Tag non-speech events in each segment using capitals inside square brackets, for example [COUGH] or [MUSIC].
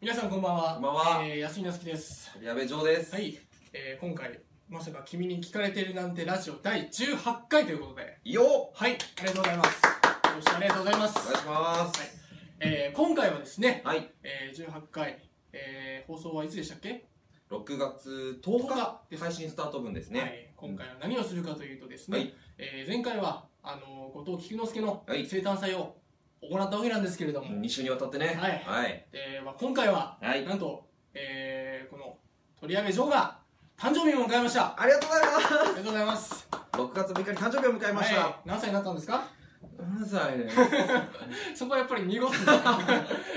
皆さんこんばんは。こんばんはえー、安井なつきです。矢部城です。はい、えー、今回、まさか君に聞かれてるなんてラジオ第18回ということで、よっおはい、ありがとうございます。よろしくありがとうございます。願いします。えー、今回はですね、はい。えー、18回、えー、放送はいつでしたっけ6月10 10日日です配信スタート分ですはね。い、今回は何をするかというとですね、はいえー前回は、あのー後藤菊之助のはい生誕祭を行ったわけなんですけれども、 2週にわたってね。はいはい。えーまあ、今回は、はいなんと、えー、この鳥籔城が誕生日を迎えましたありがとうございまありがとうございますす。6月6日に誕生日を迎えましはいた。、何歳になったんですか [LAUGHS] 何歳ね。そこはやっぱり濁 [LAUGHS] すんだ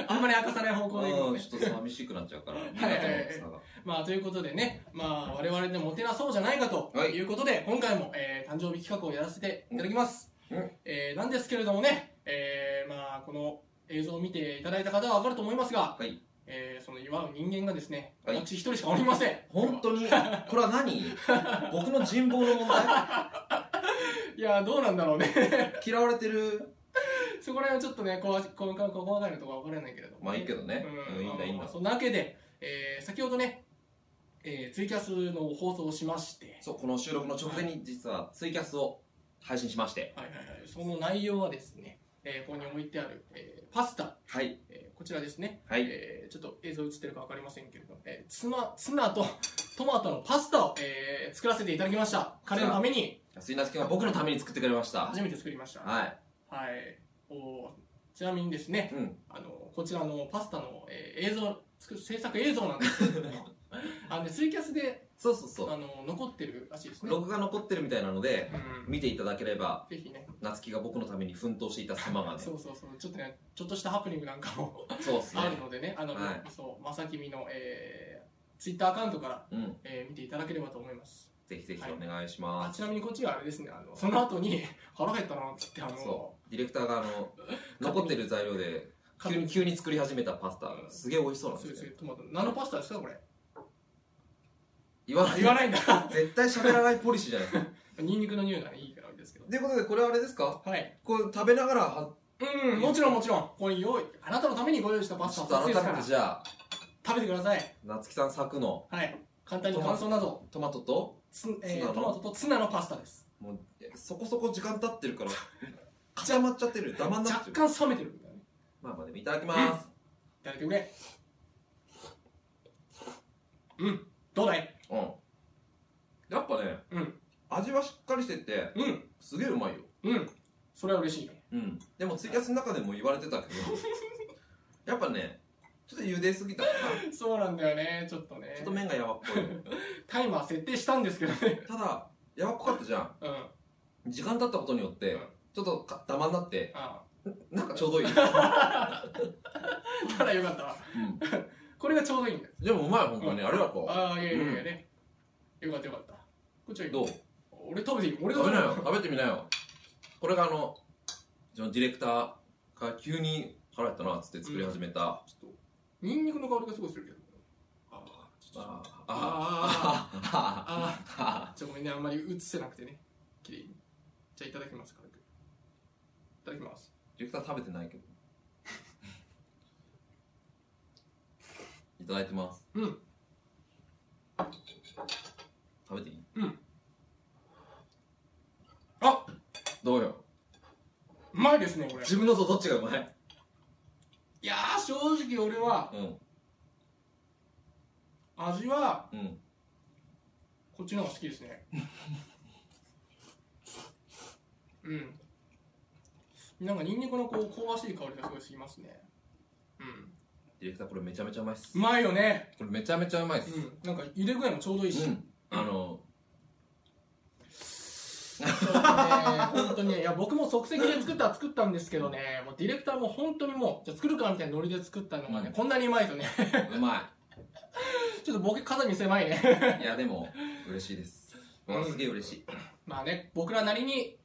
あんまり明かさない方向でいくのうんでちょっと寂しくなっちゃうから。いみんなとの差がまあということでね、まあ我々でモテなそうじゃないかとはいいうことで、今回も、えー誕生日企画をやらせていただきます。うんえーなんですけれどもね、えーまあこの映像を見ていただいた方はわかると思いますが、はいえーその祝う人間がですね、はい私一人しかおりません。本当に、これは何僕の人望の [LAUGHS] 問題いやーどうなんだろうね。 [LAUGHS] 嫌われてるそこら辺はちょっとね、こわこわこわ細かいのとこは分からないけれども、まあいいけどね。ううんんいいんだいいんまあまあだ。そんなわけで、えー先ほどね、えーツイキャスの放送をしまして、そう、この収録の直前に実はツイキャスを配信しまして。はいはいはい、その内容はですね、えーここに置いてある、えーパスタ、はい。えーこちらですね、はい。えーちょっと映像映ってるか分かりませんけれども、えーツナツナとトマトのパスタを、えー作らせていただきました。彼のために安井夏樹が僕のために作ってくれました。初めて作りました。はい。はい、おーちなみにですね、うん。あのこちらのパスタの、えー映像作制作映像なんですけれど [LAUGHS] もあのねツイキャスでそうそうそう。あの残ってるらしいですね、録画残ってるみたいなのでうん、見ていただければぜひね夏希が僕のために奮闘していた様がねそうそうそうちょっとねちょっとしたハプニングなんか [LAUGHS] もそうっすねあるのでねあの、はいそうまさきみの、えー、ツイッターアカウントから、うんえー見ていただければと思いますぜひぜひはいお願いしあます、ちなみにこっちはあれですねあのその後に腹減ったなって言ってあのそディレクターがあの残ってる材料で勝手急にに急に作り始めたパスタうんすげえ美味しそうなんすでぐすすよぐトマト何のパスタですかこれ [LAUGHS] 言わあない言わないんだ [LAUGHS] 絶対喋らないポリシーじゃないですかニンニクの匂いが、ね、いいからですけど [LAUGHS] ということでこれはあれですかはいこれ食べながらはうん、もちろんもちろん。ここに用意、あなたのためにご用意したパスちタょをっ2つとですか改めらてじゃあ食べてください。夏希さん作のはい。簡単に感想など、トマトとつえツナー、のトマトとツナのパスタです。もうえそこそこ時間経ってる [LAUGHS] から口余っちゃってるダマになっ若てる干冷めてるみたいなね。まあまあでもいただきますいただいてくれ。うん、どうだいうんやっぱね、うん味はしっかりしててうん、すげえうまいようん。それは嬉しいね。うんでもツイキャスの中でも言われてた [LAUGHS] けどやっぱねちょっと茹ですぎたか [LAUGHS] なそうなんだよね、ちょっとねちょっと。麺がやわっこい [LAUGHS] タイマー設定したんですけどね。ただやわっこかったじゃんうん。時間経ったことによって、うんちょっとかダマになってあなんかちょうどいい、うあ。ただよかったわ。ん、これがちょうどいいんだよ。 [LAUGHS] でもうまい本当に、うんありがとうああ、いやいやいやね。よかったよかった。こっちはいい。どう俺食べていい俺が食べなるよ食べてみなよこれがあのそのディレクターが急に腹減ったなっつって作り始めた、ちょっと、ニンニクの香りがすごいするけど。あああ、あああああああああ、ちょ、ごめんね、あんまり映せなくてね。綺麗に。じゃあ、いただきます、軽く。いただきます。ディレクター食べてないけどいただいてますうん食べていいうんあどうようまいですね、これ。自分のとどっちがうまいいやー、正直俺は、うん味は、うんこっちの方が好きです [LAUGHS] ね。うん。なんか、ニンニクのこう、香ばしい香りがすごいしますね。うん。ディレクターこれめちゃめちゃうまいっすうまいよね。これめちゃめちゃうまいっすうん。なんか、入れ具合もちょうどいいし。うんあのそうですね本当にねいや僕も即席で作ったは作ったんですけどねもうディレクターも本当にもうじゃあ作るかみたいなノリで作ったのがね、うんこんなにうまいとねうまちょっと僕肩に狭いね [LAUGHS] いいやでも嬉しいですうわすげえ嬉しいまあね僕らなりに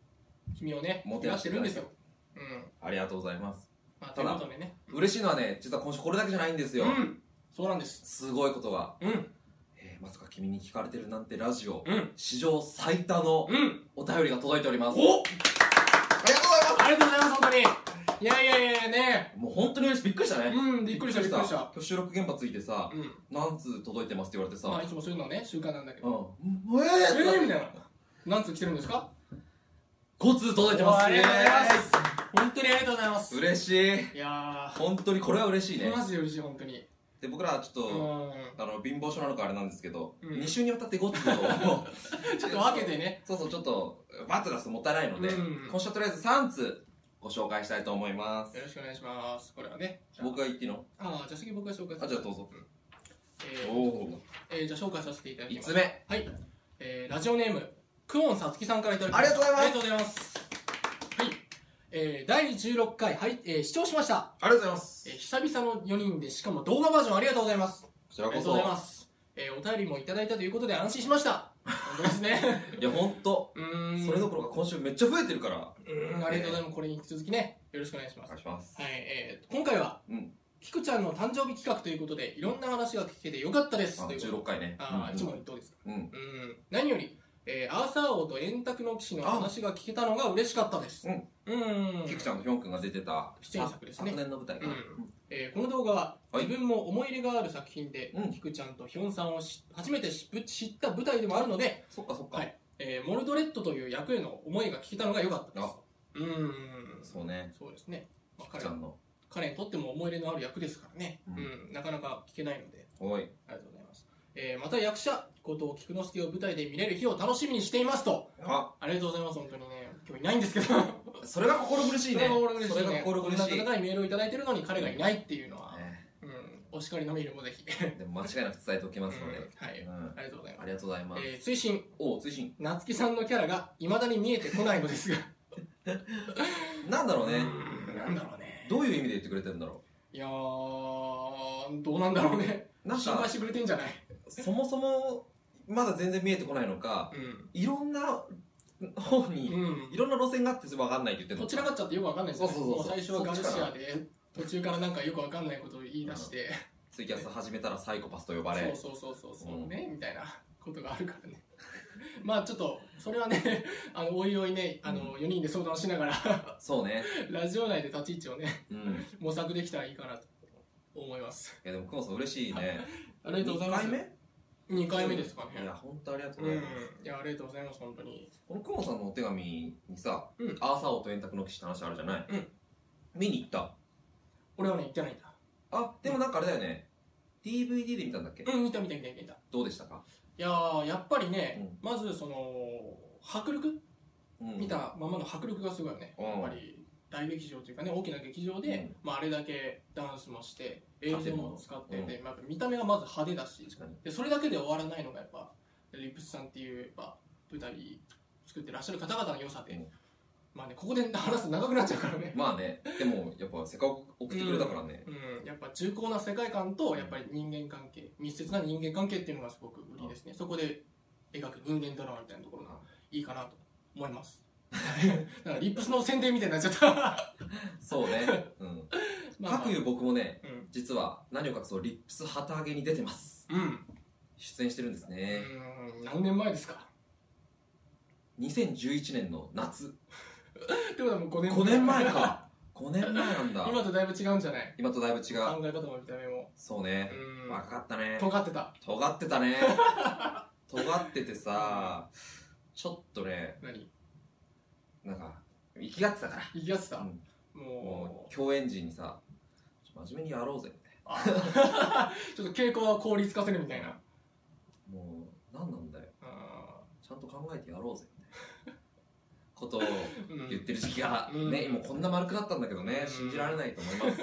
君をねもてなしてるるんんでですすよようんありがとうございますまあとたいうだことでね嬉しいのはね実は今週これだけじゃないんですうよ、んそうなんですすごいことがうんえーまさか君に聞かれてるなんてラジオ、うん史上最多のうんお便りが届いております。おありがとうございますありがとうございます本当にいやいやいやいやねもう本当に嬉しいびっくりしたねうんびっくりしたびっくりした今日収録現場ついてさうん何通届いてますって言われてさまあいつもそういうのね習慣なんだけうどんうんええーーみってたいな何通来てるんですか5通届いてますありがとうございます本当にありがとうございます嬉しいいや本当にこれは嬉しいねーマジで嬉しい本当にで僕らはちょっうんとあの貧乏症なのかあれなんですけどうん2週にわたって5通を [LAUGHS] ちょっと分けてねそうそうちょっとバッと出すともったいないのでうん今週はとりあえず3通ご紹介したいと思いますよろしくお願いしますこれはねじゃあ僕が言っていいのあーじゃあ次僕が紹介するあじゃあどうぞえーおえーじゃあ紹介させていただき5ますつ目はい、えー、ラジオネームクオンさつきさんからいただきましたあありがりがとうございますはい、えー、第16回、はいえー、視聴しました、ありがとうございますえー、久々の4人でしかも動画バージョンありがとうございますこちらありがことうございまそす、えー、お便りもいただいたということで安心しました本当ですねいや本 [LAUGHS] 当うーんそれどころか今週めっちゃ増えてるからうーんありがとうございますこれに引き続きねよろしくお願いしおます願いしますはい、えー、今回は、うんキクちゃんの誕生日企画ということでいろんな話が聞けてよかったですあということで16回ねああ、うんいつもどうですかうんうん、何より、えーアーサー王と円卓の騎士の話が聞けたのが嬉しかったです。うん。うん。キクちゃんとヒョン君が出てた出演作ですね昨年の舞台かうなんえーこの動画は、はい自分も思い入れがある作品で、うんキクちゃんとヒョンさんをし初めて知知った舞台でもあるので、そっかそっはかいえーモルドレットという役への思いが聞けたのが良かったですあ。うん。そうねそうですね。まあキク彼ちゃんの彼にとっても思い入れのある役ですからね、うんうん、なかなか聞けないので、おいありがとうございます。えーまた役者、後藤菊之助を舞台で見れる日を楽しみにしていますと。あありがとうございます、本当にね。今日いないんですけど。そそれが心苦しいねれが心苦しい、ね。それが心苦しこんいな温かいメールをいただいてるのに彼がいないっていうのは、ねうん、お叱りのメールもぜひ。でも間違いなく伝えておきますのでうんはいうんありがとうございまあす。りがとうございますえー、追伸、おう追伸夏希さんのキャラが未だに見えてこないのですが。なんだろうねうんなんだろうね。どういう意味で言ってくれてるんだろいやー、どうなんだろうね。うなん心配かしてくれてんじゃないそもそもまだ全然見えてこないのかうん。いろんな方にうんいろんな路線があって分かんないって言ってるどのちらかっちゃってよくわかんないですよねそうそうそうそうも最初はガルシアで途中からなんかよくわかんないことを言い出して、ツイキャス始めたらサイコパスと呼ばれそうそうそうそうそう、うんねみたいなことがあるからね [LAUGHS] まあちょっとそれはね [LAUGHS] あのおいおいねあの、4人で相談しながら [LAUGHS] そうねラジオ内で立ち位置をねうん模索できたらいいかなと思いますいやでも久保さん嬉しいねありがとうございます2回目目 ?2 回目ですかねいや本当ありがとううございんます、いやありがとうございます本当にこの久保さんのお手紙にさ、うんアーサー王と円卓の騎士って話あるじゃない、うん見に行った俺はね行ってないんだあでもなんかあれだよね DVD で見たんだっけ、うん見た見た見た見た見たいどうでしたか、やーやっぱりね、まずその迫力うん見たままの迫力がすごいよね、うんやっぱり大劇場というかね大きな劇場で、まあ、あれだけダンスもして映像も使ってて、まあ、やっぱ見た目がまず派手だし確かにでそれだけで終わらないのがやっぱリップスさんっていうやっぱ舞台作ってらっしゃる方々の良さで、うんまあねここで話すと長くなっちゃうからね、まあねでもやっぱせっかく送ってくれたからね、うん、やっぱ重厚な世界観とやっぱり人間関係密接な人間関係っていうのがすごく売りですねそこで描く人間ドラマみたいなところがいいかなと思います [LAUGHS] はいだからリップスの宣伝みたいになっちゃった、 [LAUGHS] そうね、うん、まあかくいう僕もねうん、実は何を隠そうリップス旗揚げに出てますうん出演してるんですね、うん何年前ですか2011年の夏ってことはもう5年5年前か5年前なん [LAUGHS] だ今とだいぶ違うんじゃない今とだいぶ違考うえ方も見た目もそうねうん若かったね尖ってた尖って [LAUGHS] たね尖っててさちょっとね何なんか生きがってたから生きがってた、うんももうう共演時にさちょ真面目にやろうぜみたいあちょっと傾向は効率化せるみたいななもう何なんだよあちゃんと考えてやろ [LAUGHS] うぜみたいなことをーうん言ってる時期がうんね、もうこんな丸くなったんだけどね、うん信じられないと思います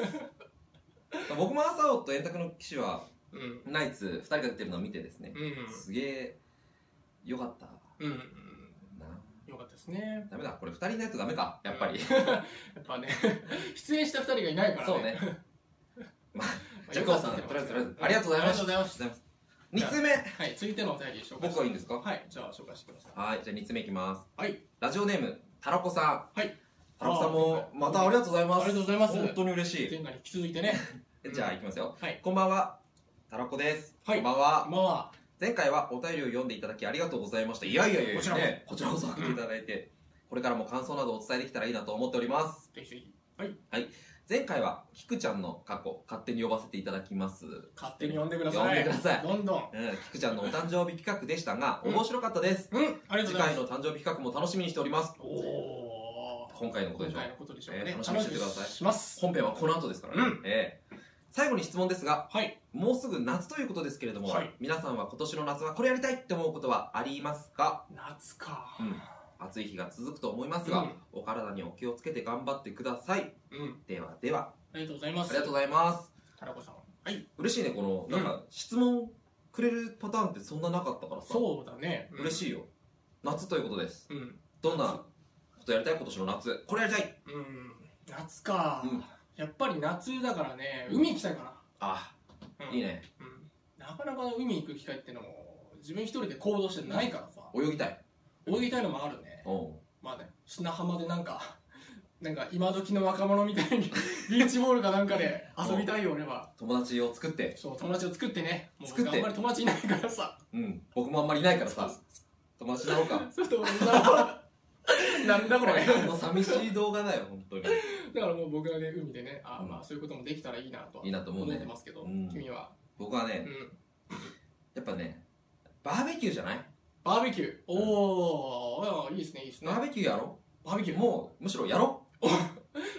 [LAUGHS] 僕も朝尾と円卓の騎士はうんナイツ2人が出てるのを見てですね、うんすげえよかったうんうんなよかったですねダメだこれ2人いないとダメかやっぱ [LAUGHS] り、やっぱね出演した2人がいないからね [LAUGHS] そうねまじゃあよか久保っさたんってとりあえずとりあえずうんありがとうございまありがとうすございます2つ目はい続いてのお便り紹介し僕はいいんですかはいじゃあ紹介してくださいはいじゃあ2つ目いきますはいラジオネームたらこさんはいたらこさんもあーまたありがとうございますありがとうございます本当に嬉しい前回に引き続いてねうんじゃあいきますよはいこんばんはたらこですはいこんばんはまあ前回はお便りを読んでいただきありがとうございましたいやいやいやいやこちらこそねこちらこそ送っていただいてこれからも感想などをお伝えできたらいいなと思っておりますぜひぜひ。はい、前回は菊ちゃんの過去勝手に呼ばせていただきます勝手に呼んでくだ呼んさでいくださいどんどんうん、菊ちゃんのお誕生日企画でしたが、うん面白かったです。うんありがとう次ござい回ますの誕生日企画も楽しみにしております。おお今回のこと今でしょう回。のことでしょうかね、えー楽しみにしてください楽しみにします本編はこの後ですからね。うんええ最後に質問ですが、はいもうすぐ夏ということですけれども、はい皆さんは今年の夏はこれやりたいって思うことはありますか夏かうん暑い日が続くと思いますが、うんお体にお気をつけて頑張ってください。うんではでは、ありがとうございまあすりがとうございます。タラコさんはい嬉しいね、この、なんか、質問くれるパターンってそんななかったからさ、そうだね嬉しいよ。夏ということです。いうんどんなことやりたい今年の夏。これやりたいうん夏か、うんやっぱり夏だからねうん海行きたいかあ、な、うんいいね。うんなかなか海行く機会ってのも自分一人で行動してないからさ泳ぎたい。泳ぎたいのもあるねおうまあね砂浜でなんか [LAUGHS] なんか今時の若者みたい [LAUGHS] にビーチボールかなんかで遊びたいよ俺は友達を作って、そう友達を作ってねもう作ってあんまり友達いないから [LAUGHS] さうん、僕もあんまりいないからさ、友達だろうか。そうすると女の子はなんだこれあの寂しい動画だよ、本当に。だからもう僕はね海でねあーうんまあそういうこともできたらいいなとはいいなと思うね思ってますけど、うん君は、僕はうね、ん、やっぱね、バーベキューじゃないバーベキューおおいいですねいいですねバーベキューやろバーベキューももう、むしろやろ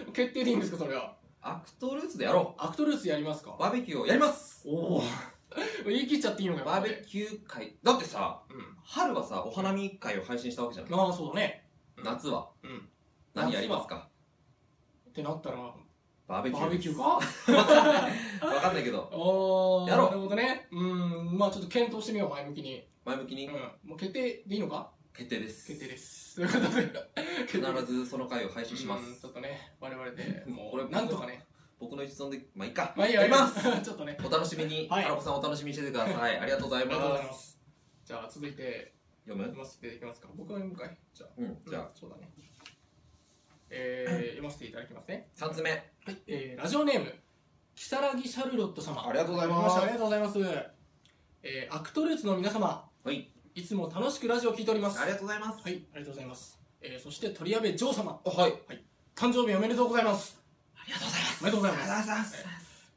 う決定でいいんですかそれはアクトルーツでやろアクトルースやりますうかバーベキューをやりますおお [LAUGHS] 言い切っちゃっていいのかよバーベキュー会。だってさ、うん春はさ、お花見会を配信したわけじゃん。まあそうだね夏はうん何やりますかってなったらババーベキュー。ーベキューか [LAUGHS] わかんないけど、おーやろうなるほどねうんまあちょっと検討してみよう前向きに前向きうんにもう決定でいいのか決定です。決定ですということで必ずその回を配信しまうんすちょ。っとね我々 [LAUGHS] でもこれうなんとかね僕の一存で、まあいいか。まあいいよやります [LAUGHS] ちょっとねお楽しみに、はいアラコさんお楽しみにしててください。ありがとうございありがとうごまざいす。ますじゃあ続いて読む読ませていただきますか僕は読むかいじゃあうん、じゃあ、うんそうだねえー、 [CLEARS THROAT] 読ませていただきますね3つ目。はい、えーラジオネーム、キサラギシャルロット様。ありがとうございますありがとうございます。えーアクトルーツの皆様、はい。いつも楽しくラジオを聞いております。ありがとうございます。はい、ありがとうございます。えーそして、鳥矢部ジョー様、あはい。誕生日おめでとうございます。ありがとうございます。おめでとうございますありがとうございます。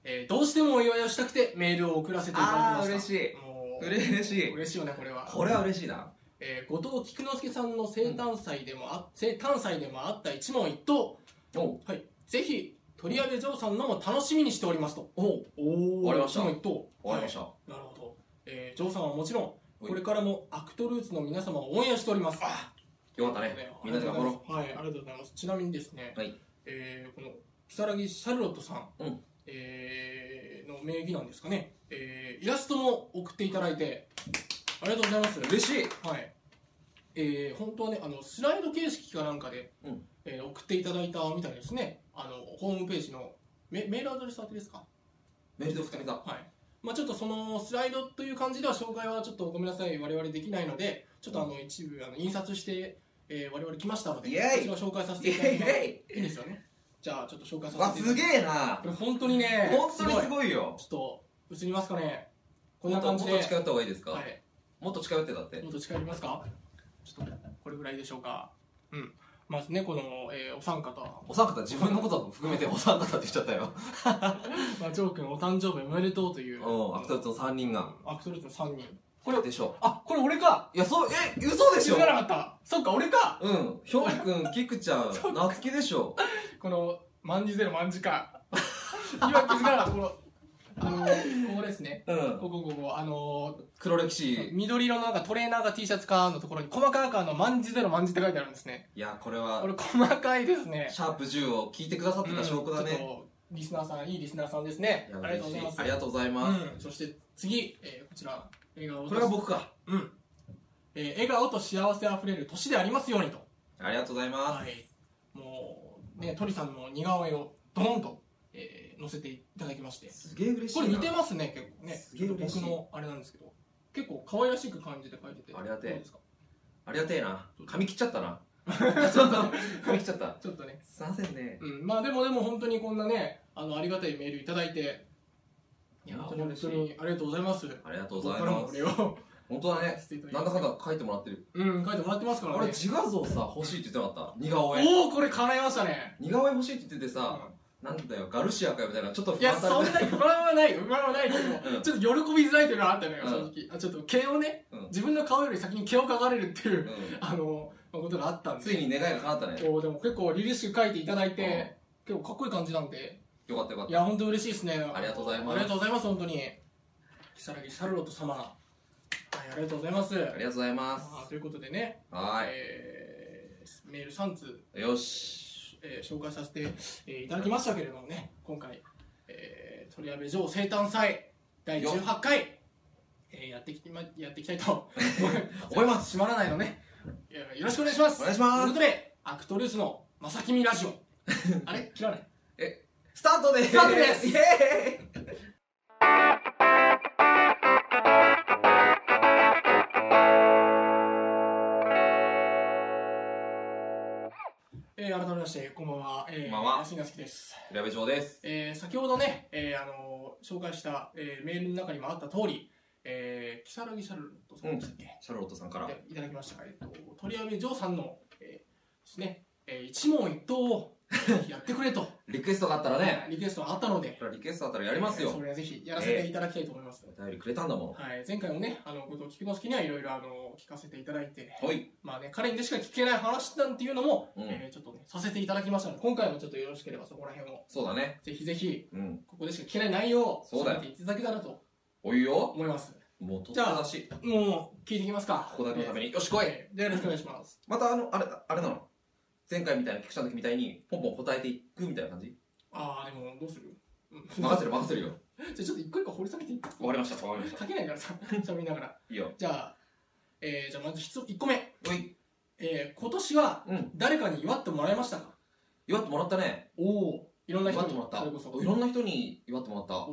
えーどうしてもお祝いをしたくてメールを送らせていただきまあした。あ、嬉しい。もう嬉しい。嬉しいよね、これは。これは嬉しいな。えー後藤菊之助さんの生誕祭でもあ、生誕祭でもあった一問一答、おはい、ぜひ、鳥矢部ジョーさんのも楽しみにしておりますと。おおわかりました一問一答。終わりました。なるほど、えー、ジョーさんはもちろんはいこれからもアクトルーツの皆様を応援しておりますよかったね。みんなで頑張ろう。うはいありがとうございますちなみにですね、はいえーこの如月シャルロットさん、うんえーの名義なんですかね、えーイラストも送っていただいてありがとうございます嬉しい。はいえー、本当はねあのスライド形式かなんかで、うんえー送っていただいたみたいですねあのホームページのメメールアドレス宛てですかメールで送ってみた。はい。まあちょっとそのスライドという感じでは紹介はちょっとごめんなさい我々できないのでちょっとあの一部あの印刷して、えー、我々来ましたのでイエイこちらを紹介させイていただェイきイますェイいいですよねじゃあちょっと紹介さわ、せていすただきげえなこ。れ本当にね本当にすいごいよ。ちょっと映りますかねこんもなっと感じもっでと近寄った方がいいですはかいもっと近寄ってだっても。っと近寄りますかちょっとこれぐらいでしょうかうんまずねこの、えーお三方お三方、自分のことも含めてお三方って言っちゃったよ。まあジョー君お誕生日おめでとうといううん、アクトルーツの3人が。アクトルーツの3人これでしょ。あこれ俺かいや、そう、え、嘘で気しづょかなかったそっか俺かうん、ひょうくん、きくちゃ [LAUGHS] ん、なつきでしょ。この万事ゼロ万事か [LAUGHS] 今気づかなかったこのあのここですねうん。ここここあの黒歴史。緑色のなんかトレーナーが T シャツかのところに細かくあの万事ゼロ万事って書いてあるんですねいや、これこは、れ細かいですねシャープ10を聞いてくださってた証拠だうんちょね。っとリスナーさんいいリスナーさんですねいやありがとうございま嬉しすありがとうございます。うん、そして次、えーこちら笑顔とこれが僕か。うん、えー笑顔と幸せあふれる年でありますようにとありがとうございまはい、もうね鳥さんの似顔絵をドーンと、えー載せていただきましてす。すげえ嬉しいこな。れ似てますね結構ねすげえ嬉しい僕のあれなんですけど結構可愛らしく感じで書いててありがてえどうですかありがてえな。髪切っちゃったな。ちょっと、髪切っちゃった。ちょっとね [LAUGHS] すいませんね。うんまあでもでも本当にこんなねあのありがたいメールいただいていや本本当当に嬉しいにありがとうございますありがとうこごこざいからもまこす。れを本当だねステートリーなんだかんだ書いてもらってるうん書いてもらってますから俺ね自画像さ欲しいって言ってなかった似顔絵おおこれ叶いましたね似顔絵欲しいって言っててさ、なんだよガルシアかよみたいなちょっといやそんな不安はないよ不安はないけうどんちょっと喜びづらいというのはあったのようん正直あちょっと毛をね [LAUGHS] うん自分の顔より先に毛を描かれるっていううんあのまあことがあったんでついに願いが叶ったねこうでも結構リリッシュ書いていただいて結構かっこいい感じなんでよかったよかっいたや本当嬉しいですねあありがとうございまあすりがとうございます本当に如月シャルロット様はいありがとうございますありがとうございますあーということでね、はえーメール3通、いよしえー紹介させて、えーいただきましたけれどもね今回、えー、取り上げ城生誕祭第18回、えーやってきまやっていきたい [LAUGHS] と思います閉まらないのねいやよろしくお願いしますお願いしますということでアクトルースの「まさきみラジオ」あれ切らないスタートですスタートですイエーイえー改めましてこんばんは、えー、こんばんは安井なつきです平部長ですえー先ほどね、えーあのー紹介した、えーメールの中にもあった通り、えー、如月シャルロットさんでしたっけ、シャルロットさんからでいただきましたが、えっと、鳥山城さんの、えーですね、えー一問一答を [LAUGHS] やってくれと、リクエストがあったらねリクエストがあったのでこれリクエストあったらやりますえーよそれはぜひやらせていただきたいと思います、お便りくれたんだもはい、前回もねあのご当地菊之助にはいろいろあの聞かせていただいてんはいまあね彼にしか聞けない話なんていうのも、うんえーちょっとねさせていただきましたので今回もちょっとよろしければそこら辺をそうだねぜひぜひうんここでしか聞けない内容をそうだよ喋っていただけたらとおいよ思います。もうとっじゃあだしもう聞いていきますか。ここだけのために。によし来いえーでよろしくお願いします。またあのあれあれなの前回みたいな菊池さんの時みたいにポンポン答えていくみたいな感じああ、でもどうするうん任せる任せるよ [LAUGHS] じゃあちょっと一個一個掘り下げていく。わかりましたわかりました書けないからさ、喋りながら。いいよじゃあ、えー、じゃあまず質1個目。おいえー、今年はうん誰かに祝ってもらえましたか祝ってもらったねおお、いろんな人祝っにてもらったそれこそ。いろんな人に祝ってもらっお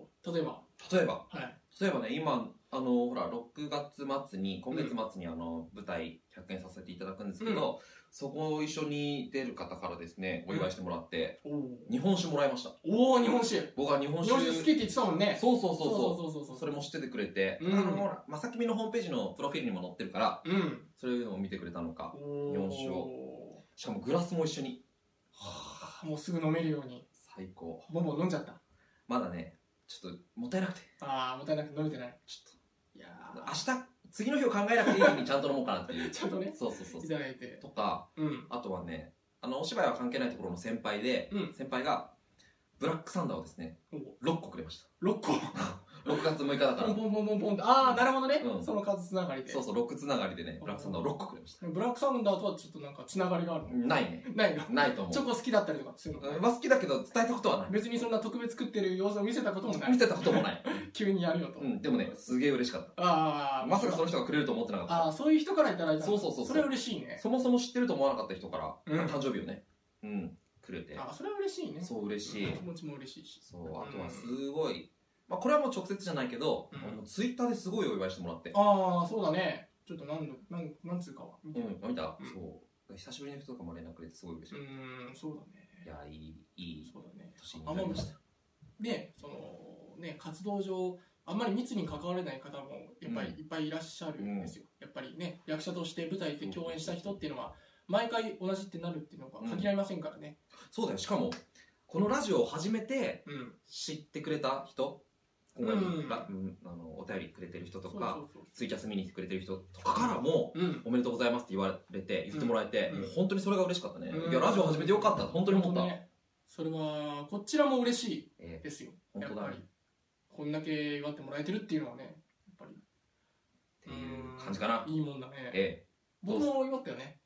お、例えば、た例えばはい。例えばね今あのほら6月末に今月末にあの舞台100演させていただくんですけど、そこを一緒に出る方からですねお祝いしてもらって、おお。日本酒もらいましたおお、日本酒。僕は日本日酒本酒好きって言ってたもんね。そうそうそうそうそうそうそうそれも知っててくれて、うんあのほらまさきみのホームページのプロフィールにも載ってるからうん。それを見てくれたのかお日ー本酒しかもグラスも一緒にはあもうすぐ飲めるように、最高ボンボン飲んじゃった。まだねちょっともったいなくてああ、もったいなく飲めてない。ちいやょっと明日次の日を考えなくていいようにちゃんと飲もうかなってい [LAUGHS] うちゃんとね、そうそうそういただいて。とかうん。あとはねあのお芝居は関係ないところの先輩で、うん先輩がブラックサンダーをですね6個くれました6個。 6月6日だかポらンポンポンポンポンって。ああ、なるほどねう。んその数つながりでそ。うそう6つながりでねブラックサンダーを6個くれましたブラックサウンダーとはちょっとなんかつながりがあるの。ないねないの。ないと思うチョコ好きだったりとかするの。うんまあ好きだけど伝えたことはない別にそんな特別食ってる様子を見せたこともな見い。せたこともない、急にやるよとう。ん、でもねすげえ嬉しかっあたあ、まさかその人がくれると思ってなかったああ、そういう人からいただいたのそうそうそうそうそれは嬉しいね。そもそも知ってると思わなかった人から、うん誕生日をね、うん、くれてああ、それは嬉しいね。そう嬉しい、気持ちも嬉しいし。そうあとはすごい、まあ、これはもう直接じゃないけど、うんあのツイッターですごいお祝いしてもらって、ああ、そうだね。ちょっと何度、なんなんつうかは。う、うんん、見た、うんそう久しぶりの人とかも連絡くれてすごい嬉しい、いそうだね。やいいいいそうだね。年になりましたでそのね活動上あんまり密に関われない方もやっぱりうんいっぱいいらっしゃるんですよ、やっぱりね役者として舞台で共演した人っていうのは毎回同じってなるっていうのが限られませんからねそうだよしかもこのラジオを始めてうん、知ってくれた人今回、うんらうんあのお便りくれてる人とそうかそうそうツイキャス見に来てくれてる人とかからも、うんおめでとうございますって言われて言ってもらえて、うんもう本当にそれが嬉しかったね、うんいやラジオ始めてよかったって本当に思った、ねそれはこちらも嬉しえいですよえやっ本当ぱだねりこんだけ祝ってもらえてるっていうのはねやっぱっていう感じかな、りいいもんだねえ僕も祝ったよ [LAUGHS] ね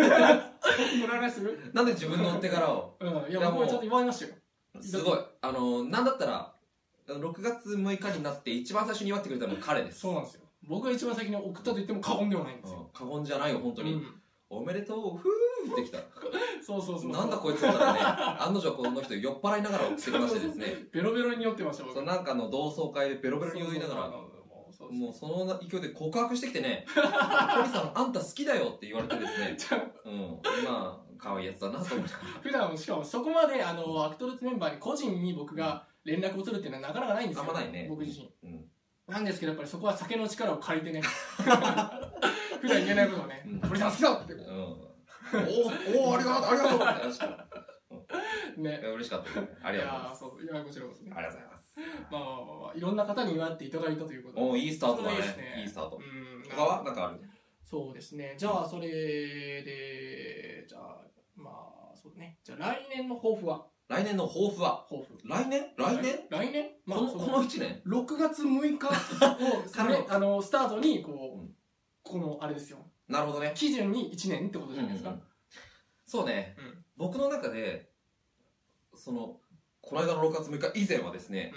この話するえなんで自分のお手柄をうんいいやや僕ももうちゃんと祝いましたよすごいあのなんだったら6月6日になって一番最初に祝ってくれたのが彼ですそうなんですよ。僕が一番先に送ったと言っても過言ではないんですよ。うん過言じゃないよ本当に、うんおめでとうふーってきたそうそうそう。なんだこいつだからね案の定この人酔っ払いながら来てきましてです [LAUGHS] ねベロベロに酔ってました、僕。そうなんかの同窓会でベロベロに酔いながらそうそうそうそうもうその勢いで告白してき [LAUGHS] てね「鳥さんあんた好きだよ」って言われてですねじゃあうん、まあ、可愛いやつだなと思って。普段しかもそこまであのアクトルツメンバーに個人に僕が連絡を取るっていうのはなかなかないんですよあんまないね僕自身うん。なんですけどやっぱりそこは酒の力を借りてね [LAUGHS] 普段言えないことをねう「ん堀さん好きだ!」ってうん。おおありがとうありがとう楽しかったいねや嬉しかったですあいりがとうごやざいまーすそういやこちらこそねありがとうございますまあまあまあまあいろんな方に祝っていただいたということでおおいいスタートだそれねいいですねいいスタートうん他はなんかあるそうですねじゃあそれでじゃあまあそうねじゃあ来年の抱負は来年の抱負は抱負来年来年来年まあこのそこの1年6月6日をそれ [LAUGHS] あのスタートにこう、うんこのあれですよなるほどね基準に1年ってことじゃないですうかん、そうねうんうん僕の中でそのこの間の6月6日以前はですね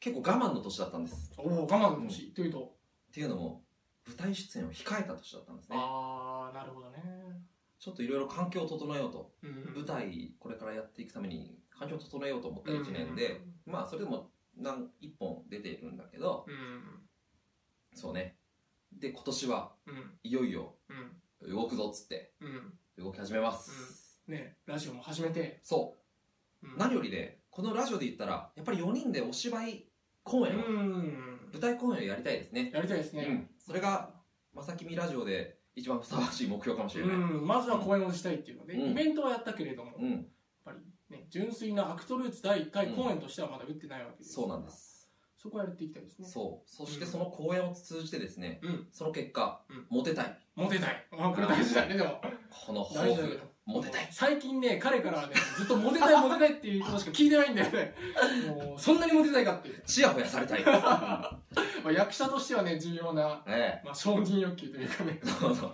結構我慢の年だったんですおお我慢の年、というとっていうのも舞台出演を控えた年だったんですねああなるほどね、ちょっといろいろ環境を整えようとうん、舞台これからやっていくために環境を整えようと思った1年で、まあそれでも何1本出ているんだけどうんそうねで今年はうんうんいよいようん動くぞっつってうん動き始めます、ねラジオも始めて、そううん何よりねこのラジオで言ったらやっぱり4人でお芝居公演を、うん舞台公演をやりたいですね、やりたいですね、うんそれがまさきみラジオで一番ふさわしい目標かもしれない、うん、まずは公演をしたいっていうので、うんイベントはやったけれども、うやっん、ぱりね純粋なアクトルーツ第1回公演としてはまだ打ってないわけですかそうらなんです、そこはやっていきたいですねそうそしてその公演を通じてですね、うんその結果、うんモテたいモテたいあこれ大事だねでもこの抱大事だね負モテたい最近ね彼からはねずっとモテたいモテたいっていうことしか聞いてないんだよ [LAUGHS] ねもうそんなにモテたいかっていう、ちやほやされた [LAUGHS] い、うんまあ、役者としてはね重要な、えまあ、承認欲求というかねえそうそう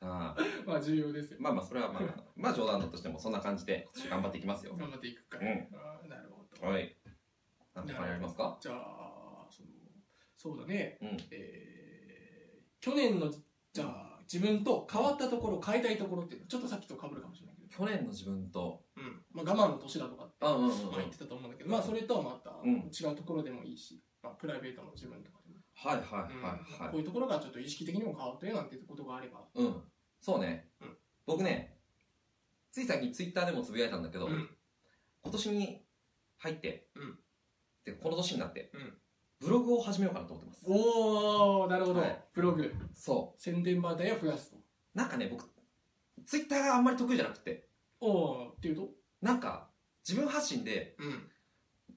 ああまあ重要ですよまあまあそれはまあまあ冗談だとしてもそんな感じで今年頑張っていきますよ頑張っていくかうら、んあーなるほどはい何かありますかじゃあそのそうだね、うんえー去年のじゃあ自分と変わったところ変えたいところってちょっとさっきと被るかもしれないけど、去年の自分とうんまあ、我慢の年だとかってあうんうんうんまあ言ってたと思うんだけど、まあ、それとはまたうん違うところでもいいし、まあ、プライベートの自分とかでも、はいはいうんはいはこいういうところがちょっと意識的にも変わったよなんてことがあれば、うんそうねうん僕ねつい最近ツイッターでもつぶやいたんだけどうん今年に入ってうんでこの年になってうんブログを始めようかなと思ってますおおなるほど、はいブログそ宣伝媒体を増やすとうなんかね僕ツイッターがあんまり得意じゃなくておおっていうとなんか自分発信でうん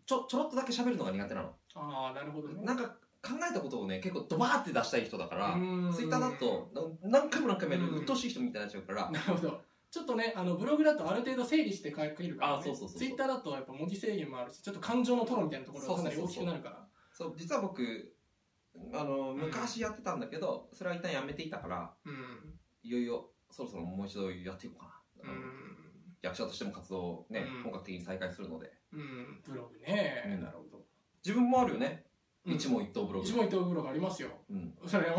ちょちょろっとだけ喋るのが苦手なのああなるほどねなんか考えたことをね結構ドバーって出したい人だからうんツイッターだとな何回も何回もやるうんうっとうしい人みたいになっちゃうからなるほどちょっとねあのブログだとある程度整理して書けるから、ね、あそうそうそうそうツイッターだとやっぱ文字制限もあるしちょっと感情のトロみたいなところがかなりそう大そうきそうそうくなるからそう実は僕あのん昔やってたんだけどそれは一旦やめていたからうんいよいよそろそろもう一度やっていこうかうな、あのん役者としても活動をね、うん本格的に再開するのでうんブログね、うんなるほど自分もあるよね、うん一問一答ブログ一、問一答ブログありますようん、それを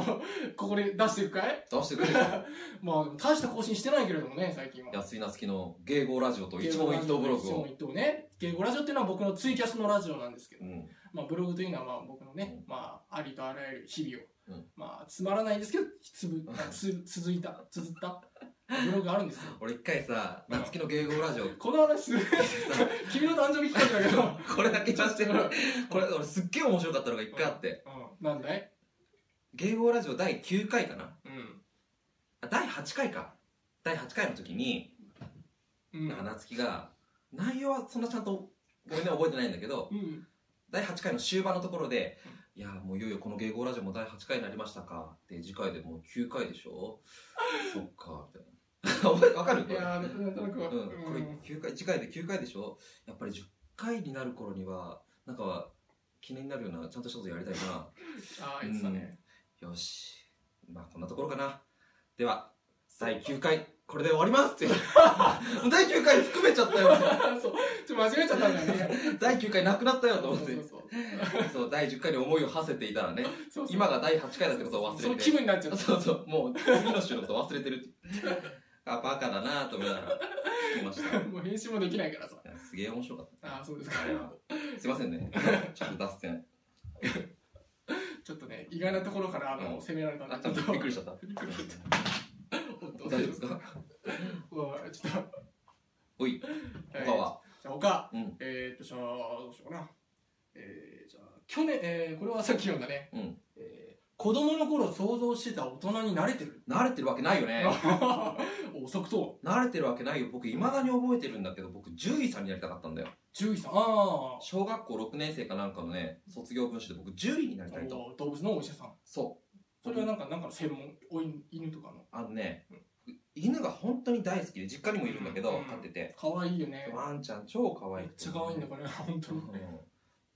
ここで出していくかい出してくれる [LAUGHS] まあでも大した更新してないけれどもね最近は安井夏樹の迎合ラジオと一問一答ブログ一を問、一答ねゲゴラジオっていうのは僕のツイキャスのラジオなんですけど、うん、まあ、ブログというのはまあ僕のね、うまあ、ありとあらゆる日々を、うんまあつまらないですけどつぶつ続いた続ったブログがあるんですよ [LAUGHS] 俺一回さ夏樹の迎合ラジオこの話す [LAUGHS] る君の誕生日企画だけど [LAUGHS] これだけ言わしてるこれ俺すっげえ面白かったのが一回あってうんなんだい芸合ラジオ第9回かなうあ第8回か第8回の時に、んうんなんか夏希が内容はそんなちゃんとごめんね覚えてないんだけどうん第8回の終盤のところで「いやーもういよいよこの芸合ラジオも第8回になりましたか」で次回でもう9回でしょそっかみたいな [LAUGHS] 覚えわかるこいれやーなんとなくは、うん、これうん9回次回で9回でしょやっぱり10回になる頃にはなんか記念になるようなちゃんとしたことやりたいなああ言ってたね、 [LAUGHS] よし。まあ、こんなところかな。では、第9回、これで終わりますって。 [LAUGHS] 第9回含めちゃったよ。そうちょっと間違えちゃったんだよね第9回なくなったよとそう思っそうて。そうそう、第10回に思いを馳せていたらね、そうそう今が第8回だってことを忘それの気て。分になっちゃった [LAUGHS] そうそう、もう次の週のこと忘れてるって。あ、バカだなぁと思いながら聞きました。い [LAUGHS] もう編集もできないからさやすげえ面白かっああそうですたか。すいませんね。ちょっと脱線。ちょっとね意外なところからあの、うん攻められたんであ、ちょっとびっくりしちゃった。びっくりしちゃっ [LAUGHS] 本当大丈夫ですかうわちょっとおい、他はじゃあ他、うんえー、っとじゃあどうしようかなえー、じゃあ去年、えーこれはさっき読んだね、うんえー子供の頃想像してた大人に慣れてる慣れてるわけないよね。 [LAUGHS] 遅くと慣れてるわけないよ。僕、未だに覚えてるんだけど、僕、獣医さんになりたかったんだよ。獣医さんああ小学校6年生かなんかのね、卒業文集で僕、獣医になりたいと。お動物のお医者さんそう。それはなんかなんかの専門おい犬とかのあのね、犬が本当に大好きで、実家にもいるんだけど、うん飼ってて。可愛いよねワンちゃん超可め愛っい。ちゃ可愛いんだから [LAUGHS] 本当にうん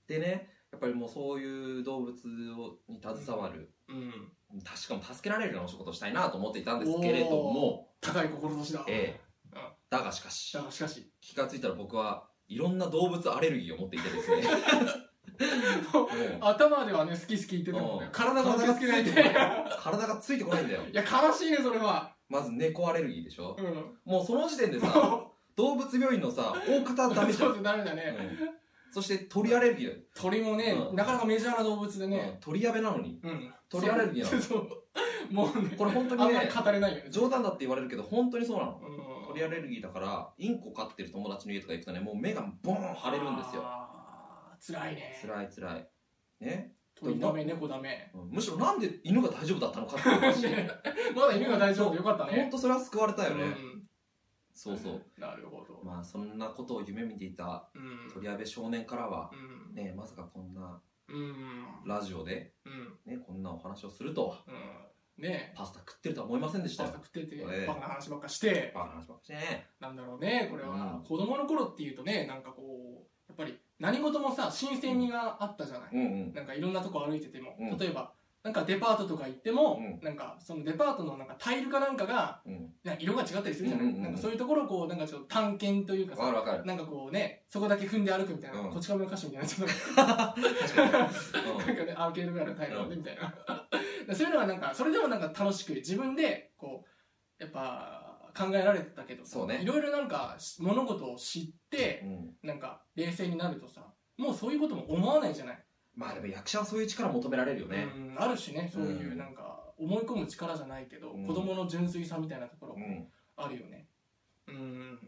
でね、やっぱりもうそういう動物をに携わる、うん確かも助けられるようなお仕事をしたいなと思っていたんですけれども、高い志だええうんだがしかし、だがしかし気がついたら僕はいろんな動物アレルギーを持っていてですね。もう頭ではね好き好き言っててもねうん体が受け付けない [LAUGHS] って体がついてこないんだよ。いや悲しいねそれはまず猫アレルギーでしょう。んもうその時点 [LAUGHS] でさ、動物病院のさ、大方ダメじゃそん。うそうダメだねうんそして鳥アレルギーだよ鳥もねうんなかなかメジャーな動物でうんね鳥やべなのに。うん鳥アレルギーなのそうそうもうねこれ本当あにんまりね、語れないよね冗談だって言われるけど、本当にそうなの。うん鳥アレルギーだから、インコ飼ってる友達の家とか行くとね、もう目がボーン腫れるんですよ。あー辛いね辛い辛い。ね。鳥ダメ猫ダメうんむしろなんで犬が大丈夫だったのかっていう話。 [LAUGHS] ねまだ犬が大丈夫でよかった本ね当それは救われたようね。んそうそう。なるほどまあそんなことを夢見ていたうん鳥矢部少年からは、うんね、まさかこんなうんラジオで、うんね、こんなお話をするとは、うんねえパスタ食ってるとは思いませんでしたパよスタ。食っててええバカな話ばっかしてバカな話ばっかりね。なんだろうねこれうはん子供の頃っていうとねなんかこうやっぱり何事もさ新鮮味があったじゃないうんうん。なんかいろんなとこ歩いててもうん例えばなんかデパートとか行ってもうんなんかそのデパートのなんかタイルかなんかがうん。なんか色が違ったりするじゃなうんうんういんなんかそういうところをこうなんかちょっと探検というかわかさるわかる。なんかこうねそこだけ踏んで歩くみたいなうんこち亀の歌手みたいなちょっと確かに。なんかね、アーケード街のタイルでみたいな。そういうのはなんか、それでもなんか楽しく、自分で、こう、やっぱ、考えられてたけどさそうねいろいろなんか、し物事を知ってう、んうん。なんか、冷静になるとさ、もうそういうことも思わないじゃない。まあでも役者はそういう力求められるよね。うん、あるしね、そういううんなんか、思い込む力じゃないけど、うん子供の純粋さみたいなところう、ん。あるよね。うん。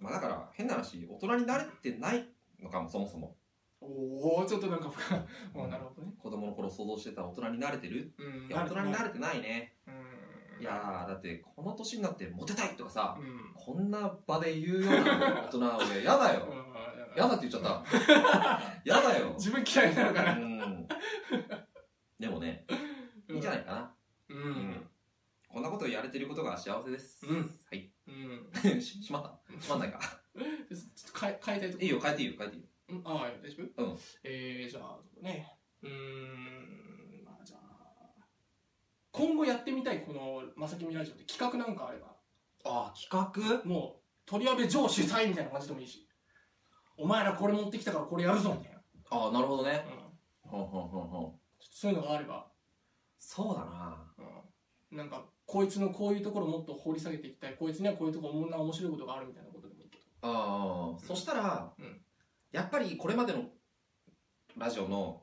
まあだから、変な話、大人になれてないのかも、そもそも。おおちょっとなんか深い、もうなるほどね。子供の頃想像してた大人になれてるうん。いや、大人になる。れてないね。うん。いやー、だって、この年になってモテたいとかさう、ん。こんな場で言うような大人、俺、やだよ。うんやだって言っちゃった。やだ [LAUGHS] よ。自分嫌いになるから。うんでもね、いいんじゃないかな。うんうんこんなことをやれてることが幸せです。うんはい。 [LAUGHS] うん。ししまったしま [LAUGHS] んないか。ちょっと変え変えたいとこいいよ、変えていいよ、変えていいよ。うんああ、大丈夫うん。えー、じゃあ、ね。うーん、まあじゃあ、今後やってみたい、この、まさきみラジオって企画なんかあれば、ああ、企もう、鳥矢部城主催みたいな感じでもいいし、お前らこれ持ってきたからこれやるぞ、みたい画ああ、なるほどねな。。うん。ちょっほんほんほんほん。とそういうのがあれば、そうだな。うん。なんか、こいつのこういうところもっと掘り下げていきたい、こいつにはこういうところ、こんな面白いことがあるみたいなことでもいいけど。ああ、そしたらうん、やっぱりこれまでのラジオの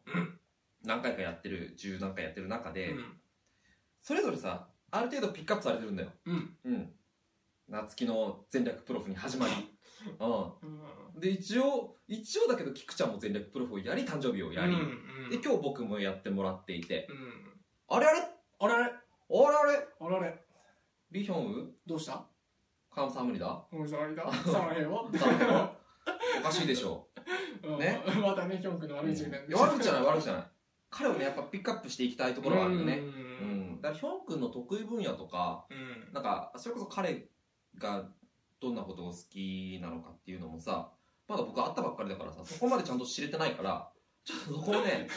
何回かやってる、10何回やってる中で、それぞれさ、ある程度ピックアップされてるんだよ。うん。うん。うん。夏希の全略プロフに始ま [LAUGHS] り。ううん。ん。で、一応、一応だけど、菊ちゃんも全略プロフをやり、誕生日をやり。うんで、今日僕もやってもらっていて。うん。あれあれああれあれれあれあれあれリヒョンウどうしたカムサムリだおじさんいたさあ、ええよ。 [LAUGHS] だからおかしいでしょうんね。 [LAUGHS] またね、きょんくんのう。悪い中年いや悪くじゃない、悪くじゃない。彼をね、やっぱピックアップしていきたいところがあるよね。う。うんん。だから、ヒョン君の得意分野とか、うん。なんか、それこそ彼がどんなことを好きなのかっていうのもさ、まだ僕会ったばっかりだからさ、そこまでちゃんと知れてないから、ちょっとそこをね、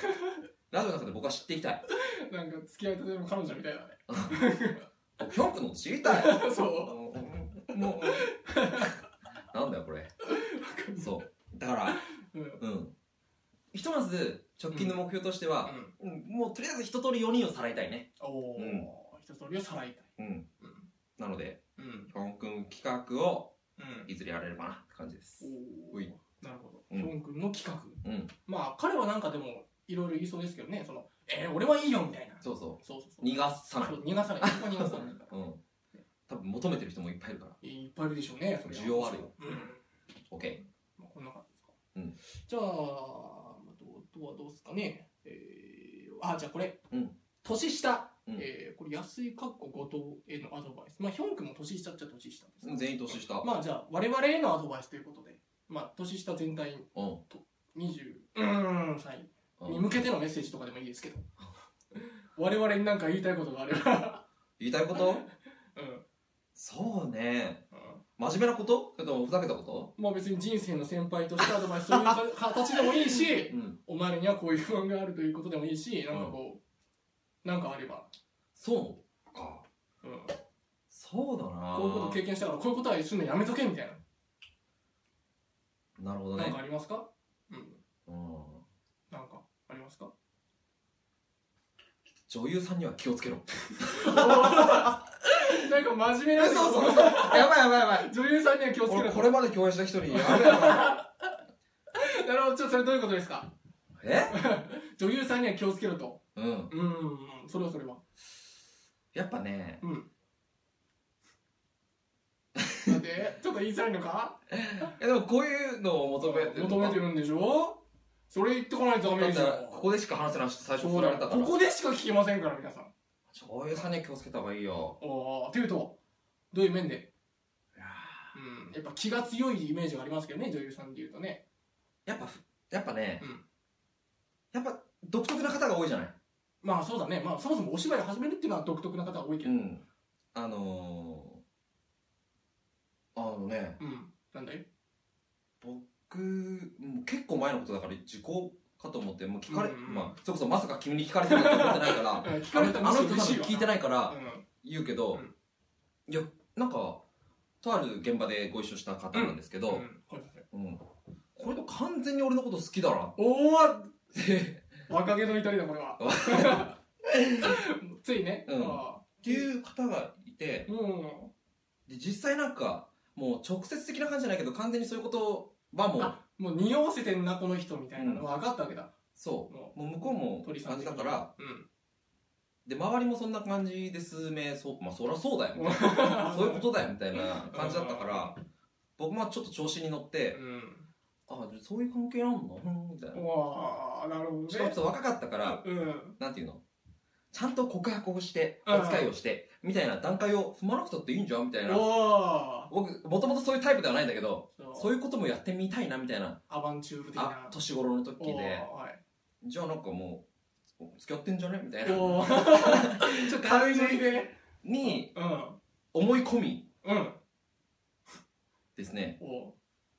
ラジオの中で僕は知っていきたい。なんか、付き合いたての彼女みたいだね。僕ヒョン君のこと知りたい。あそのもう、なんだよこれ。う。そう。だから、うん。ううん。ひとまず、直近の目標としては、ん。うんもうとりあえず一通り4人をさらいたいね。おうー、一通りをさらいたい。うん。なので、うん。うん。ヒョン君企画をうん。いずれやれればなって感じです。おほいー。なるほど。うんきょんくんの企画。うん。まあ、彼はなんかでも、いろいろ言いそうですけどね、その、えー、俺はいいよ、みたいな。そうそそうそうそうう。。逃がさないそ。う逃がさない。そこは逃がさないから。 [LAUGHS] うん。多分求めてる人もいっぱいいるから。いっぱいいるでしょうね、それは需要あるよ。うん。 OK。まあ、こんな感じですか。うんじゃあ、まあ、どうどうはどうですかね。えーあじゃあこれ、うん年下、うんえーこれ安井かっこ後藤へのアドバイスまあヒョン君も年下っちゃ年下ですね、全員年下。まあじゃあ我々へのアドバイスということでまあ年下全体うん。 20うーん歳うんに向けてのメッセージとかでもいいですけど [LAUGHS] 我々に何か言いたいことがあれば言いたいことうん、そうね。う真面目なことそれともふざけたことん、まあ別に人生の先輩としてアドバイスする形でもいい [LAUGHS] しうん。お前らにはこういう不安があるということでもいいしなんかこう、なんかあれば、そうか。うん、そうだなこういうこと経験したからこういうことはするのやめとけみたいなるほどな、なんねか。ありますかうんうん。なんかあり [LAUGHS] ますか [LAUGHS] 女優さんには気をつけろ。なんか真面目なそうそうそう。やばいやばいやばい。女優さんには気をつけ俺ろこれまで共演した人 [LAUGHS] にやべえななるほどちょっとそれどういうことですかえ女優さんには気をつけろとうんうんうんそれはそれはやっぱねうんだってちょっと言いづらいのかえでもこういうのを求めて求めてるんでしょそれ言ってこないとダメだでっしてこょこでしか話せないし最初そう振だらよれたからここでしか聞けませんから皆さん女優さんには気をつけた方がいいよおーというとどういう面でいやうんやっぱ気が強いイメージがありますけどね女優さんでいうとねーやっぱふやっぱね、うんやっぱ独特な方が多いじゃないまあそうだねまあそもそもお芝居を始めるっていうのは独特な方が多いけどんあのー、あのねうんなんだい僕もう結構前のことだから時効かと思ってもう聞かれ、うんうんまあそれこそまさか君に聞かれてると思ってないから [LAUGHS] 聞かれたあの人多分嬉しいわ聞いてないから、うん言うけど、うんいやなんかとある現場でご一緒した方なんですけど、うんはいはいうんこれと完全に俺のこと好きだなっおおて若気の至りだこれ [LAUGHS] はついねうんあっていう方がいてーうんで実際なんかもう直接的な感じじゃないけど完全にそういうことはもうあもう匂わせてんなこの人みたいなのが分かったわけだそもうもう向こうも鳥さん感じだからううんで周りもそんな感じで数名そうまあそりゃそうだよみたいなそそういうことだよみたいな感じだったから僕もちょっと調子に乗ってうんあそういう関係なんだうんみたいなうわあなるほどねしかもちょっと若かったからうんなんていうのちゃんと告白をして、うんお付き合いをして、みたいな段階を踏まなくたっていいんじゃんみたいおな。お僕、もともとそういうタイプではないんだけど、そそうういうこともやってみたいな、みたいな。アバンチュール的あな、年頃の時おで。ーはいじゃあなんかもう、付き合ってんじゃねみたいな。おおちょっと軽いノリでねに、うん思い込みうんですね。お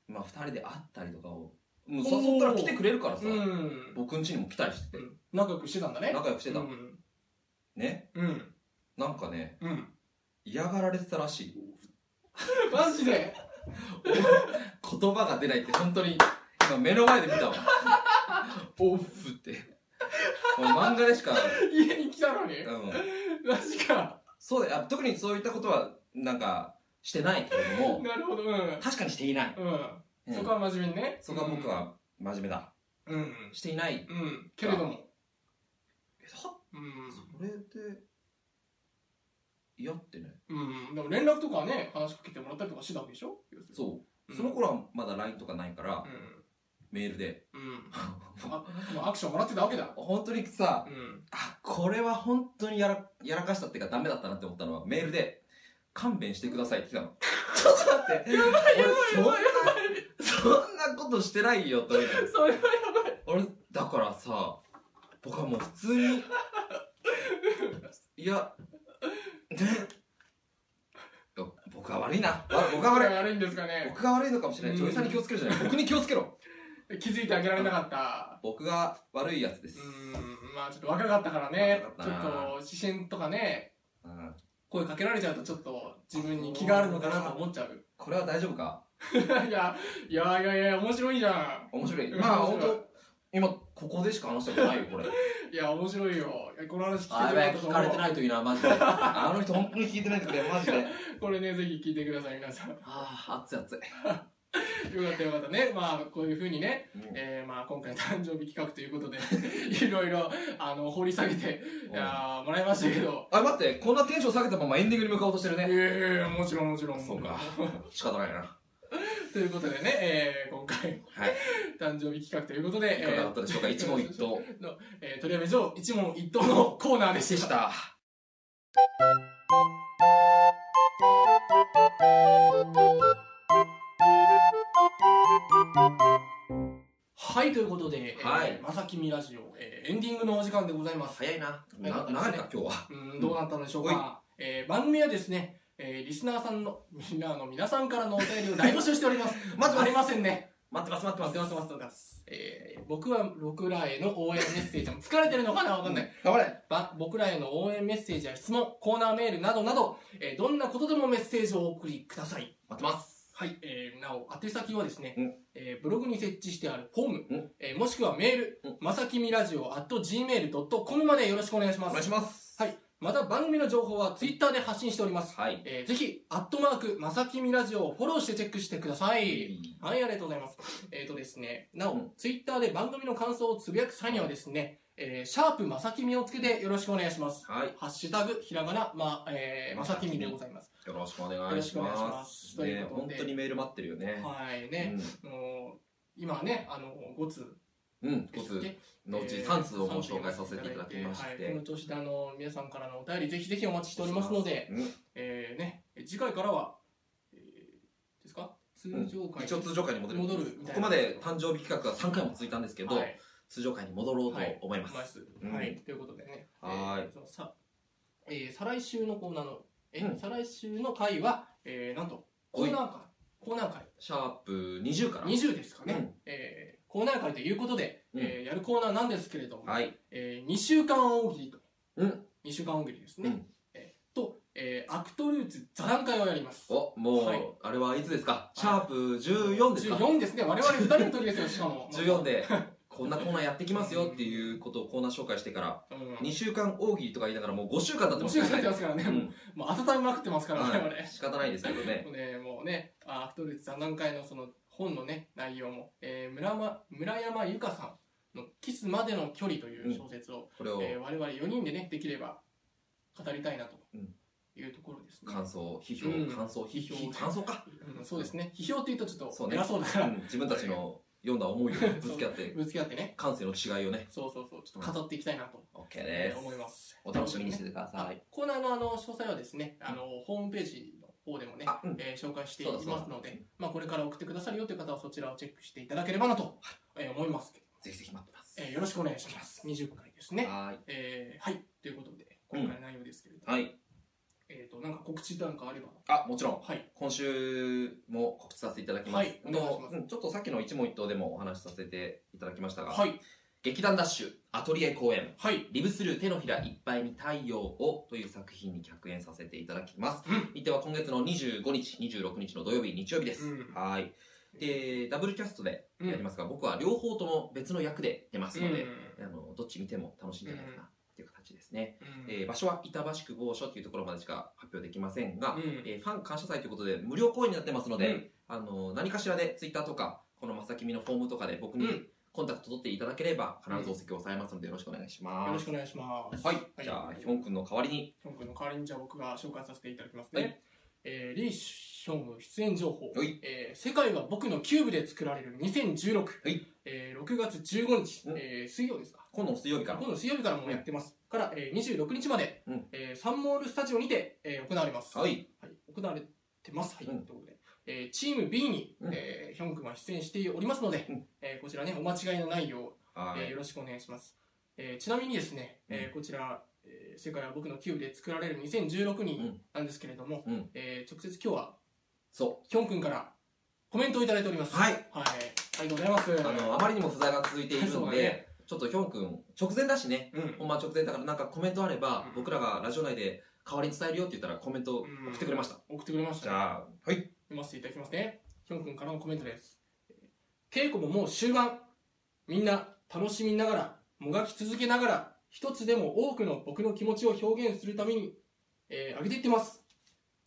まあ、二人で会ったりとかを。もう誘ったら来てくれるからさう。ん僕ん家にも来たりしてて。仲良くしてたんだね仲良くしてたう。んね。うんなんかね、うん嫌がられてたらしい。 [LAUGHS] マジで [LAUGHS] 言葉が出ないって本当に今目の前で見 [LAUGHS] たわオフってもう漫画でしか、家に来たのにうん、マジかそうだよあ特にそういったことはなんかしてないけれども [LAUGHS] なるほどうんうん確かにしていない、うんそこは真面目にねそこは僕は真面目だうんうんしていないうんけれどもえだうんそれで嫌ってねうんでも連絡とかね話しかけてもらったりとかしてたわけでしょそううんその頃はまだ LINE とかないからうんメー [LAUGHS] ルでうんあまあアクションもらってたわけだ本当にさうんあこれは本当にやらやらかしたっていうかダメだったなって思ったのはメールで「勘弁してください」って来たのちょっと待ってやばいやばいそんなそんなことしてないよと思ってそれは俺だからさ僕はもう普通にいやねいや僕が悪いなわ僕がこれ悪い悪いんですかね僕が悪いのかもしれない女優さんに気をつけるじゃない僕に気をつけろ気づいてあげられなかった僕が悪いやつですう、んまあちょっと若かったからね若かっちたょなっと視線とかねうん、声かけられちゃうとちょっと自分に気があるのかなと思っちゃ [LAUGHS] うこれは大丈夫かいやいやいやいや面白いじゃ面白い。うんまあ、面本白い当今、ここでしか話したことないよ、これ。んいや面白いよいやこの話聞 [LAUGHS] あけやてべよかったとえ、聞思かうれてないといいな、マジで。 [LAUGHS] あの人、本当に聞いてないとだよ、マジで。これねぜひ聞いてください皆さんよ [LAUGHS] ああ、熱い熱い。かったよかったねまあこういうふうにねうんえーまあ、今回誕生日企画ということで [LAUGHS] いろいろあの掘り下げていやーもらいましたけどあ、待って、こんなテンション下げたままエンディングに向かおうとしてるいやね。 [LAUGHS] いやいやもちろんもちろんそうか。仕方ないな。とということでね、えー今回、はい誕生日企画ということで、いえかがだーったでしょうか一問一 [LAUGHS] 答えー取り上げ上一問一答のコーナーででした。したはい、ということで、えーはいまさきみラジオ、えーエンディングのお時間でございます。早いな早かなったですね長いか今日はうん、どうなったんでしょうか。えー番組はですね、えーリスナーさんの、みんなの皆さんからのお便りを大募集しております。待ってますありませんね。待ってます待って待まっすてます、待ってます。えー僕は、僕らへの応援メッセージも疲れてるのかなわかんない。頑張れば僕らへの応援メッセージや質問、コーナーメールなどなど、えーどんなことでもメッセージをお送りください。待ってますはい、えーなお、宛先はですねうん、えーブログに設置してあるフォーうムん、えーもしくはメールうん、まさきみラジオ at gmail.com までよろしくお願いしおま願いす。しますはい、また番組の情報はツイッターで発信しております。はいえーぜひ、アットマーク、まさきみラジオをフォローしてチェックしてください。はい、ありがとうございます。えっ、とですね、なお、うんツイッターで番組の感想をつぶやく際にはですね、えーシャープまさきみをつけてよろしくお願いします。はいハッシュタグ、ひらがな、ま、えー、まさきみでございます。よろしくお願いしよろしくお願いしまますすといねうこと本で当にメール待ってるよねはい、ね、もう、今ね、あの、5通うんうんで5したっ通けのうちえー3通をご紹介させていただきましはい、こての調子であの、皆さんからのお便り、ぜひぜひお待ちしておりますので、うんえー、ね、次回からは、えー、ですか通常会、一応通常回に戻ります戻るみたいなここまで誕生日企画が3回も続いたんですけど、はい通常回に戻ろうと思います、枚数うんはい、ということでね。はーいえーそのさ、えー再来週のコーナーの、え、うん再来週の回は、えーなんと、コーナー会、コーナー会、シャープ20から20ですかね。うんえーコーナー会ということで、うんえーやるコーナーなんですけれども、はいえ2週間大喜利と、うん2週間大喜利ですね。うんえーと、えーアクトルーツ座談会をやります。おもう、はいあれはいつですかいシャープ14ですか。14ですね。我々2人の時ですよ、しかも14でこんなコーナーやってきますよっていうことをコーナー紹介してからうん。 2週間大喜利とか言いながらもう5週間経って面ます白かくならってねますからね。もうんうもう温めまくってますから、我々。はい仕方ないですけど [LAUGHS] ねね、もうね、アクトルーツ座談会のその本のね、内容も、えー村ま、村山由佳さんのキスまでの距離という小説を、これをえー我々4人でね、できれば語りたいなとうんいうところですね。感想批うん評感想批批評評感想か、うんそうですね。批評って言うとちょっそとうね偉そうだから、うん自分たちの読んだ思いをぶつけ合ってぶつけ合ってね、感性の違いをねそうそうそう、ちょっと語っていきたいなと、 OK えでーす思います。お楽しみにしててくださあいコーナーのあの詳細はですね、あの、ホームページの方でもね、あうんえー紹介していそうだそうだますので、まあ、これから送ってくださるよという方はそちらをチェックしていただければなと、えー思いますけど、ぜひぜひ待ってますえーよろしくお願いします。20回ですね。はーいえーはい、ということで、今回の内容ですけれども、はいえっ、と、なんか告知なんかあれば、あもちろんはい、今週も告知させていただきます,はいあお願いしまの、すうんちょっとさっきの一問一答でもお話しさせていただきましたが、はい、劇団ダッシュアトリエ公演はい、リブスルー手のひらいっぱいに太陽をという作品に客演させていただきます。うん日程は今月の25日、26日の土曜日、日曜日です。うんはーい。で、ダブルキャストでやりますが、僕は両方とも別の役で出ますので、あのどっち見ても楽しいんじゃないかなっていう形ですね。うんえー場所は板橋区某所というところまでしか発表できませんが、うんえーファン感謝祭ということで無料公演になってますので、うんあの何かしらでツイッターとかこのまさきみのフォームとかで僕にうんコンタクト取っていただければ必ずお席を抑えますのでよろしくお願いしよまろしすくお願いします。はい、じゃあヒョン君の代わりにヒョン君の代わりにじゃあ僕が紹介させていただきますね。はえーリー・ヒョンウ出演情報、はいえー世界は僕のキューブで作られる2016、いえー6月15日、うんえー水曜ですか今度の水曜日から今度水曜日からもうやってます、から、えー26日まで、うんえーサンモールスタジオにて、えー行われます、はいはい行われてますはい、うんということで、えーチーム B に、うんえーヒョン君は出演しておりますので、うんえーこちらねお間違いのないようはえーいよろしくお願いします、えーちなみにですね、えーこちら、えー世界は僕のキューブで作られる2016人なんですけれども、うんうんえー直接今日はそヒョン君からコメントをいただいておりますうはいはいありがとうございますあのあまりにも不在が続いているそうのだで、ねちょっとヒョン君直前だしねうん本番直前だからなんかコメントあれば、うん僕らがラジオ内で代わりに伝えるよって言ったらコメント送ってくれました、送ってくれましじた、ね、ゃあはい読ませていただきますねヒョン君からのコメントです稽古ももう終盤みんな楽しみながらもがき続けながら一つでも多くの僕の気持ちを表現するために、えー上げていってます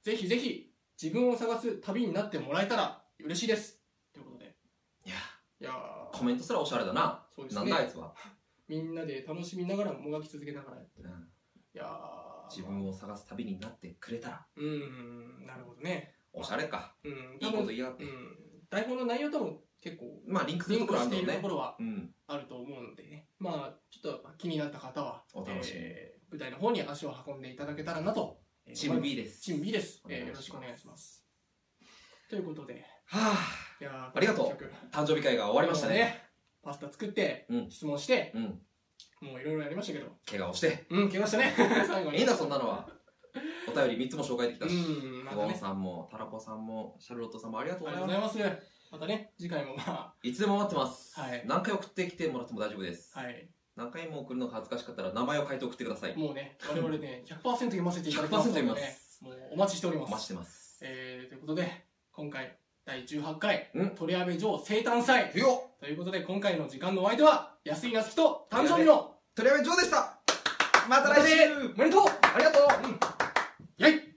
ぜひぜひ自分を探す旅になってもらえたら嬉しいですということでいやいやーコメントすらおしゃれだな、そうですなんだあねいつは、みんなで楽しみながらもがき続けながらいうんやー自分を探す旅になってくれたらうんなるほどねおしゃれかうんいいこと言いやがってうん台本の内容とも結構まあリンクすリるンとクころあしるていんるだとろこうろねはうんあると思うのでね、まあちょっと気になった方はお楽しみにえー舞台の方に足を運んでいただけたらなと、えーチーム B ですチーム B です、えーお願いしますよろしくお願いしますということではあいやーありがとうこの企画誕生日会が終わりましたねパスタ作って、うん質問してうんもういろいろやりましたけど怪我をしてうん怪我した [LAUGHS] ね最後にいいんだそんなのはお便り3つも紹介できうたしんまた小川ねさんもタラコさんもシャルロットさんもありがとうあごりがざというまごすざいますまたね次回もまいつでも待ってます、はい何回送ってきてもらっても大丈夫です、あはい何回も送るのが恥ずかしかったら名前を書いて送ってくださいもうね我々 [LAUGHS] ね100%読ませていただきますので、 100%読みまね、すもうお待ちしておりおます待ちしてますえー、ということで、今回、第18回うん、鳥谷部城生誕祭。いよということで、今回の時間のお相手は、安井なつきと、誕生日の、とりあえず上でしたまた来週おめでとうありがとうやい